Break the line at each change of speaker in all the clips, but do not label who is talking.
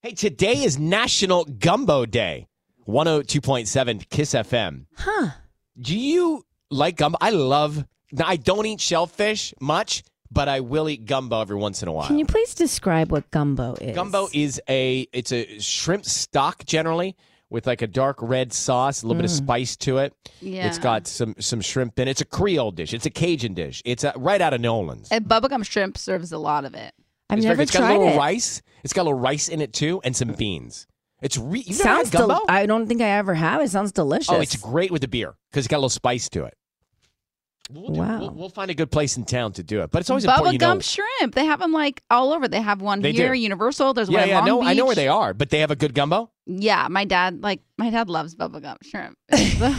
Hey, today is National Gumbo Day. 102.7 Kiss FM. Huh. Do you like gumbo? I love now, I don't eat shellfish much, but I will eat gumbo every once in a while.
Can you please describe what gumbo is?
gumbo is a it's a shrimp stock generally with like a dark red sauce, a little bit of
Mm.
spice to it.
Yeah.
It's got some some shrimp in it. It's a Creole dish. It's a Cajun dish. It's uh right out of New Orleans.
And bubblegum shrimp serves a lot of it.
I've
it's very-
never
it's got a
tried
little
it.
rice. It's got a little rice in it too and some beans. It's re- you've never had
Sounds. Del-
gumbo?
I don't think I ever have. It sounds delicious.
Oh, it's great with the beer because it's got a little spice to it. We'll do-
Wow.
We'll, we'll find a good place in town to do it. But it's always
Bubble
important you know.
gum shrimp. They have them like all over. They have one
They
here,
do.
Universal. There's one
yeah,
in
yeah, I
Long
know, I know where
Beach.
they are, but they have a good gumbo.
Yeah, my dad like my dad loves bubblegum shrimp. It's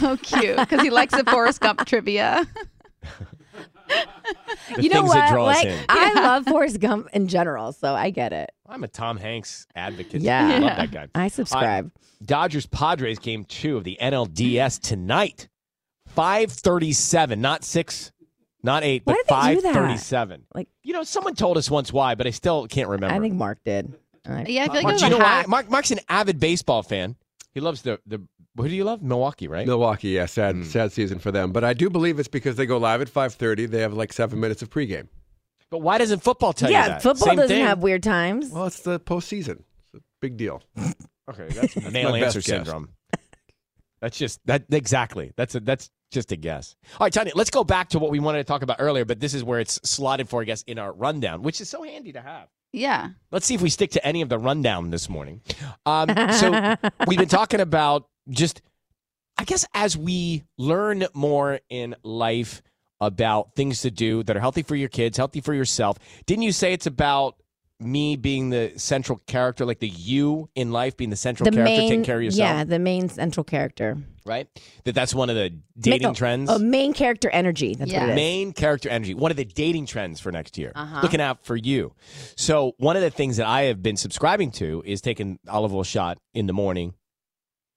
so cute because he likes the Forrest Gump trivia.
The
you know
things
what?
that draw us
like,
in.
I love Forrest Gump in general, so I get it.
I'm a Tom Hanks advocate.
Yeah.
I love
Yeah.
that guy.
I subscribe.
Dodgers Padres game two of the NLDS tonight, five thirty-seven, not six, not eight,
Why
but
do
five
they do that?
thirty-seven.
Like-
you know, someone told us once why, but I still can't remember.
I think Mark did. I-
Yeah, I feel like
Mark,
it was
do you
a
know why?
hack.
Mark, Mark's an avid baseball fan. He loves the the. Who do you love? Milwaukee, right?
Milwaukee, yeah, sad, sad season for them. But I do believe it's because they go live at 5:30. They have like seven minutes of pregame.
But why doesn't football tell
yeah,
you that?
football
Same
doesn't
thing.
have weird times.
Well, it's the postseason. It's a big deal.
Okay, that's, male
my best
answer
guess.
syndrome. That's just that exactly. That's a that's just a guess. All right, Tanya, let's go back to what we wanted to talk about earlier, but this is where it's slotted for, I guess, in our rundown, which is so handy to have.
Yeah.
Let's see if we stick to any of the rundown this morning. Um, so we've been talking about just, I guess, as we learn more in life about things to do that are healthy for your kids, healthy for yourself. Didn't you say it's about me being the central character, like the you in life being the central
the
character,
main,
taking care of yourself,
yeah, the main central character.
right? That that's one of the dating
Make a-
trends.
Oh, main character energy. That's
Yeah.
what it is.
Main character energy, one of the dating trends for next year.
Uh-huh.
Looking out for you. So, one of the things that I have been subscribing to is taking olive oil shot in the morning,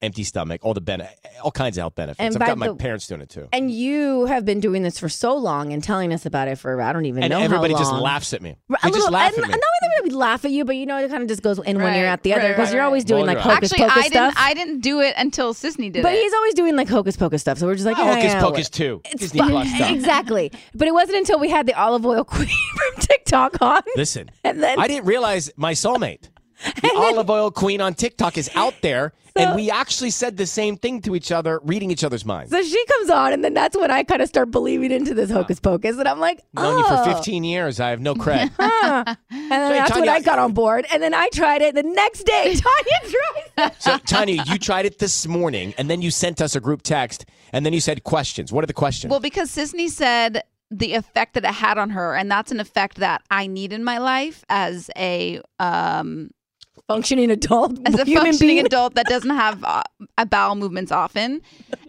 empty stomach, all the ben- all kinds of health benefits.
And
I've
by
got my
the-
parents doing it too.
and you have been doing this for so long and telling us about it for I don't even
And
know
everybody
how long.
just laughs at me.
A
They just
little,
laugh
and
at me.
not only that we laugh at you, but you know it kind of just goes in one ear
Right,
out the other
right,
because
right,
you're always doing
Well,
like
you're right.
hocus
Actually,
pocus
I
stuff.
didn't I didn't do it until Sisney did
but
it.
he's always doing like hocus pocus stuff, so we're just like, yeah,
Hocus
yeah,
Pocus too.
It's
Disney
fun.
Plus stuff.
exactly. But it wasn't until we had the olive oil queen from TikTok on,
Listen,
and then
I didn't realize my soulmate, the olive oil queen on TikTok, is out there, and we actually said the same thing to each other, reading each other's minds.
so she comes on, and then that's when I kind of start believing into this hocus pocus, and I'm like, oh.
Known you for 15 years. I have no cred.
Huh. And then
So,
that's when
Tanya-
I got on board. And then I tried it the next day. Tanya tries.
So, Tanya, you tried it this morning, and then you sent us a group text, and then you said questions. What are the questions?
Well, because Sisney said the effect that it had on her, and that's an effect that I need in my life as a um
Functioning adult.
as a
human
functioning
being.
adult that doesn't have uh, uh, bowel movements often.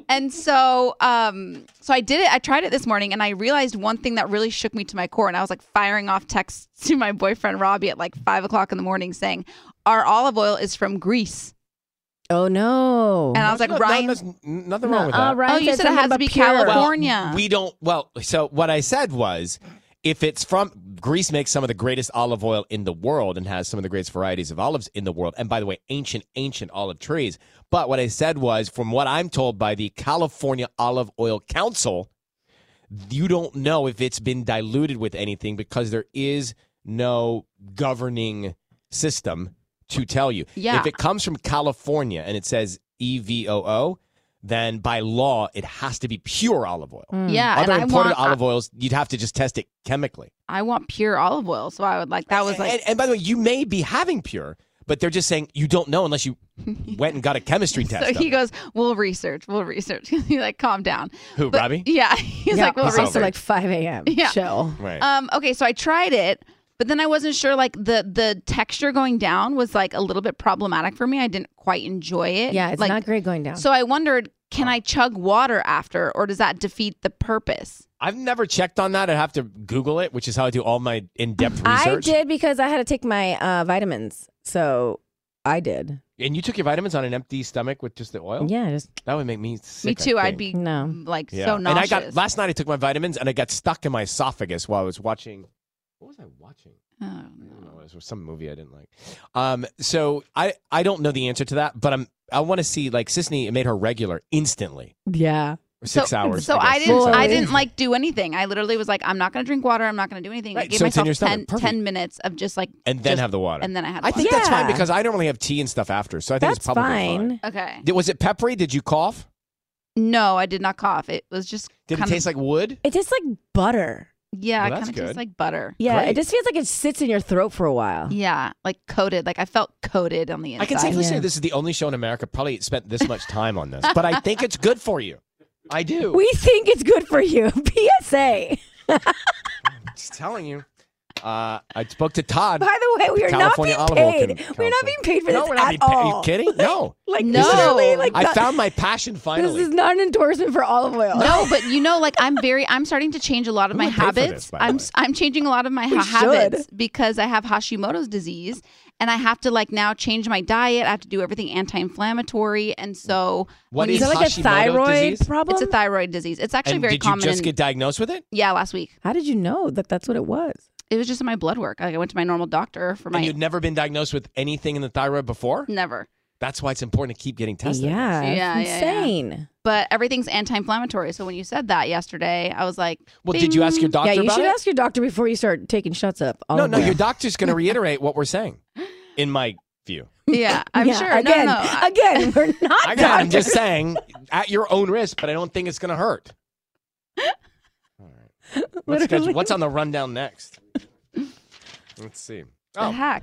And so, um, so I did it. I tried it this morning, and I realized one thing that really shook me to my core. And I was like firing off texts to my boyfriend Robbie at like five o'clock in the morning, saying, our olive oil is from Greece.
Oh no.
And I was like, Ryan,
There's nothing wrong with
Uh,
that.
Ryan
oh, you said it
something
has to
about
be
pure.
California.
We don't. Well, so what I said was, if it's from Greece, makes some of the greatest olive oil in the world and has some of the greatest varieties of olives in the world. And by the way, ancient, ancient olive trees. But what I said was, from what I'm told by the California Olive Oil Council, you don't know if it's been diluted with anything because there is no governing system to tell you.
Yeah.
If it comes from California and it says E EVOO, then by law it has to be pure olive oil.
Mm,
Hmm.
yeah,
Other
and I
imported
want uh,
olive oils, you'd have to just test it chemically.
I want pure olive oil. So I would like that was like
and, and by the way, you may be having pure, but they're just saying you don't know unless you went and got a chemistry test.
So
of
he
it.
goes, "We'll research. We'll research." He's like, "Calm down."
Who,
But-
Robbie?
Yeah, he's
Yeah,
like, "We'll
it's
also
research."
also like 5 a.m.
Yeah.
Chill.
Right.
Um, okay, so I tried it, but then I wasn't sure. Like the the texture going down was like a little bit problematic for me. I didn't quite enjoy it.
Yeah, it's
like,
not great going down.
So I wondered, can I chug water after, or does that defeat the purpose?
I've never checked on that. I'd have to Google it, which is how I do all my in-depth
I
research.
did because I had to take my uh, vitamins. So I did.
And you took your vitamins on an empty stomach with just the oil.
Yeah, just
That would make me sick.
me too.
I
I'd
think.
be
no.
like so
and
nauseous.
I got last night. I took my vitamins and I got stuck in my esophagus while I was watching. What was I watching?
Oh,
I don't know.
no.
It was some movie I didn't like. Um, so I I don't know the answer to that, but I'm I want to see like Sisney it made her regular instantly
Yeah.
for six
so,
hours.
So
I,
I,
guess.
didn't.
Six
I
hours.
didn't like do anything. I literally was like, I'm not going to drink water. I'm not going to do anything. I
Right,
gave
so it's in
myself
your stomach.
10,
Perfect.
10 minutes of just like
and then
just-
have the water.
and then I had.
I
water.
think that's fine
Yeah.
because I normally have tea and stuff after, so I think
That's
it's probably
fine.
okay.
Did- Was it peppery? Did you cough?
No, I did not cough. It was just
Did
kind
it taste
of,
like wood?
It tastes like butter.
yeah,
Well,
it
that's
kind of
good.
tastes like butter.
Yeah,
Great.
it just feels like it sits in your throat for a while.
Yeah, like coated. Like I felt coated on the inside.
I can safely say
Yeah.
this is the only show in America probably spent this much time on this, but I think it's good for you. I do.
We think it's good for you. PSA.
Just telling you. Uh, I spoke to Todd.
By the way, we are not
California
being
Olive Oil
paid.
Con-
We're not
Council.
being paid for
no,
this
we're not
at
being pa-
all.
Are you kidding? No.
Like
No.
literally, like
I
not-
found my passion
this
finally.
is not an endorsement for olive oil.
No, but you know, like I'm very, I'm starting to change a lot of
We
my
would pay for this,
habits.
by the
I'm,
way.
I'm changing a lot of my
We
ha- habits
should.
because I have Hashimoto's disease, and I have to like now change my diet. I have to do everything anti-inflammatory, and so
What
when
is
is
it like
Hashimoto
a thyroid
disease?
problem?
it's a thyroid disease. It's actually
and
very
did you
common.
just
in-
get diagnosed with it?
yeah, last week
How did you know that that's what it was?
it was just in my blood work. Like I went to my normal doctor for
And
my
you'd never been diagnosed with anything in the thyroid before?
never,
That's why it's important to keep getting tested.
yeah, it's
Yeah, yeah, yeah.
insane.
but everything's anti-inflammatory. So when you said that yesterday, I was like,
Well, did you ask your
"Bing."
doctor
Yeah, you
about
should
it?
ask your doctor before you start taking shots up. Oh
no,
olive
no,
oil.
your doctor's going to reiterate what we're saying, in my view.
Yeah, I'm
Yeah,
sure.
Again,
no, no, I-
again, we're not.
I got, I'm
doctors.
just saying, at your own risk, but I don't think it's going to hurt. All right. What's, guys-
Literally.
what's on the rundown next? Let's see.
the heck.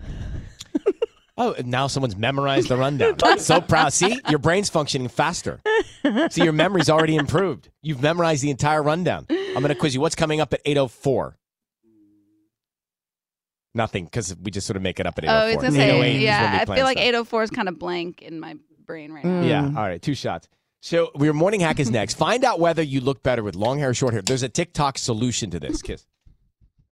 Oh, and now someone's memorized the rundown. so proud. See, your brain's functioning faster. See, your memory's already improved. You've memorized the entire rundown. I'm going to quiz you. What's coming up at 8.04? Nothing, because we just sort of make it up at 8.04.
Oh, it's gonna
8:08 is
say,
when we
yeah. I
plan
feel like
stuff.
804 is kind of blank in my brain right now.
Mm.
Yeah. All right. Two shots. So your morning hack is next. Find out whether you look better with long hair or short hair. There's a TikTok solution to this. Kiss.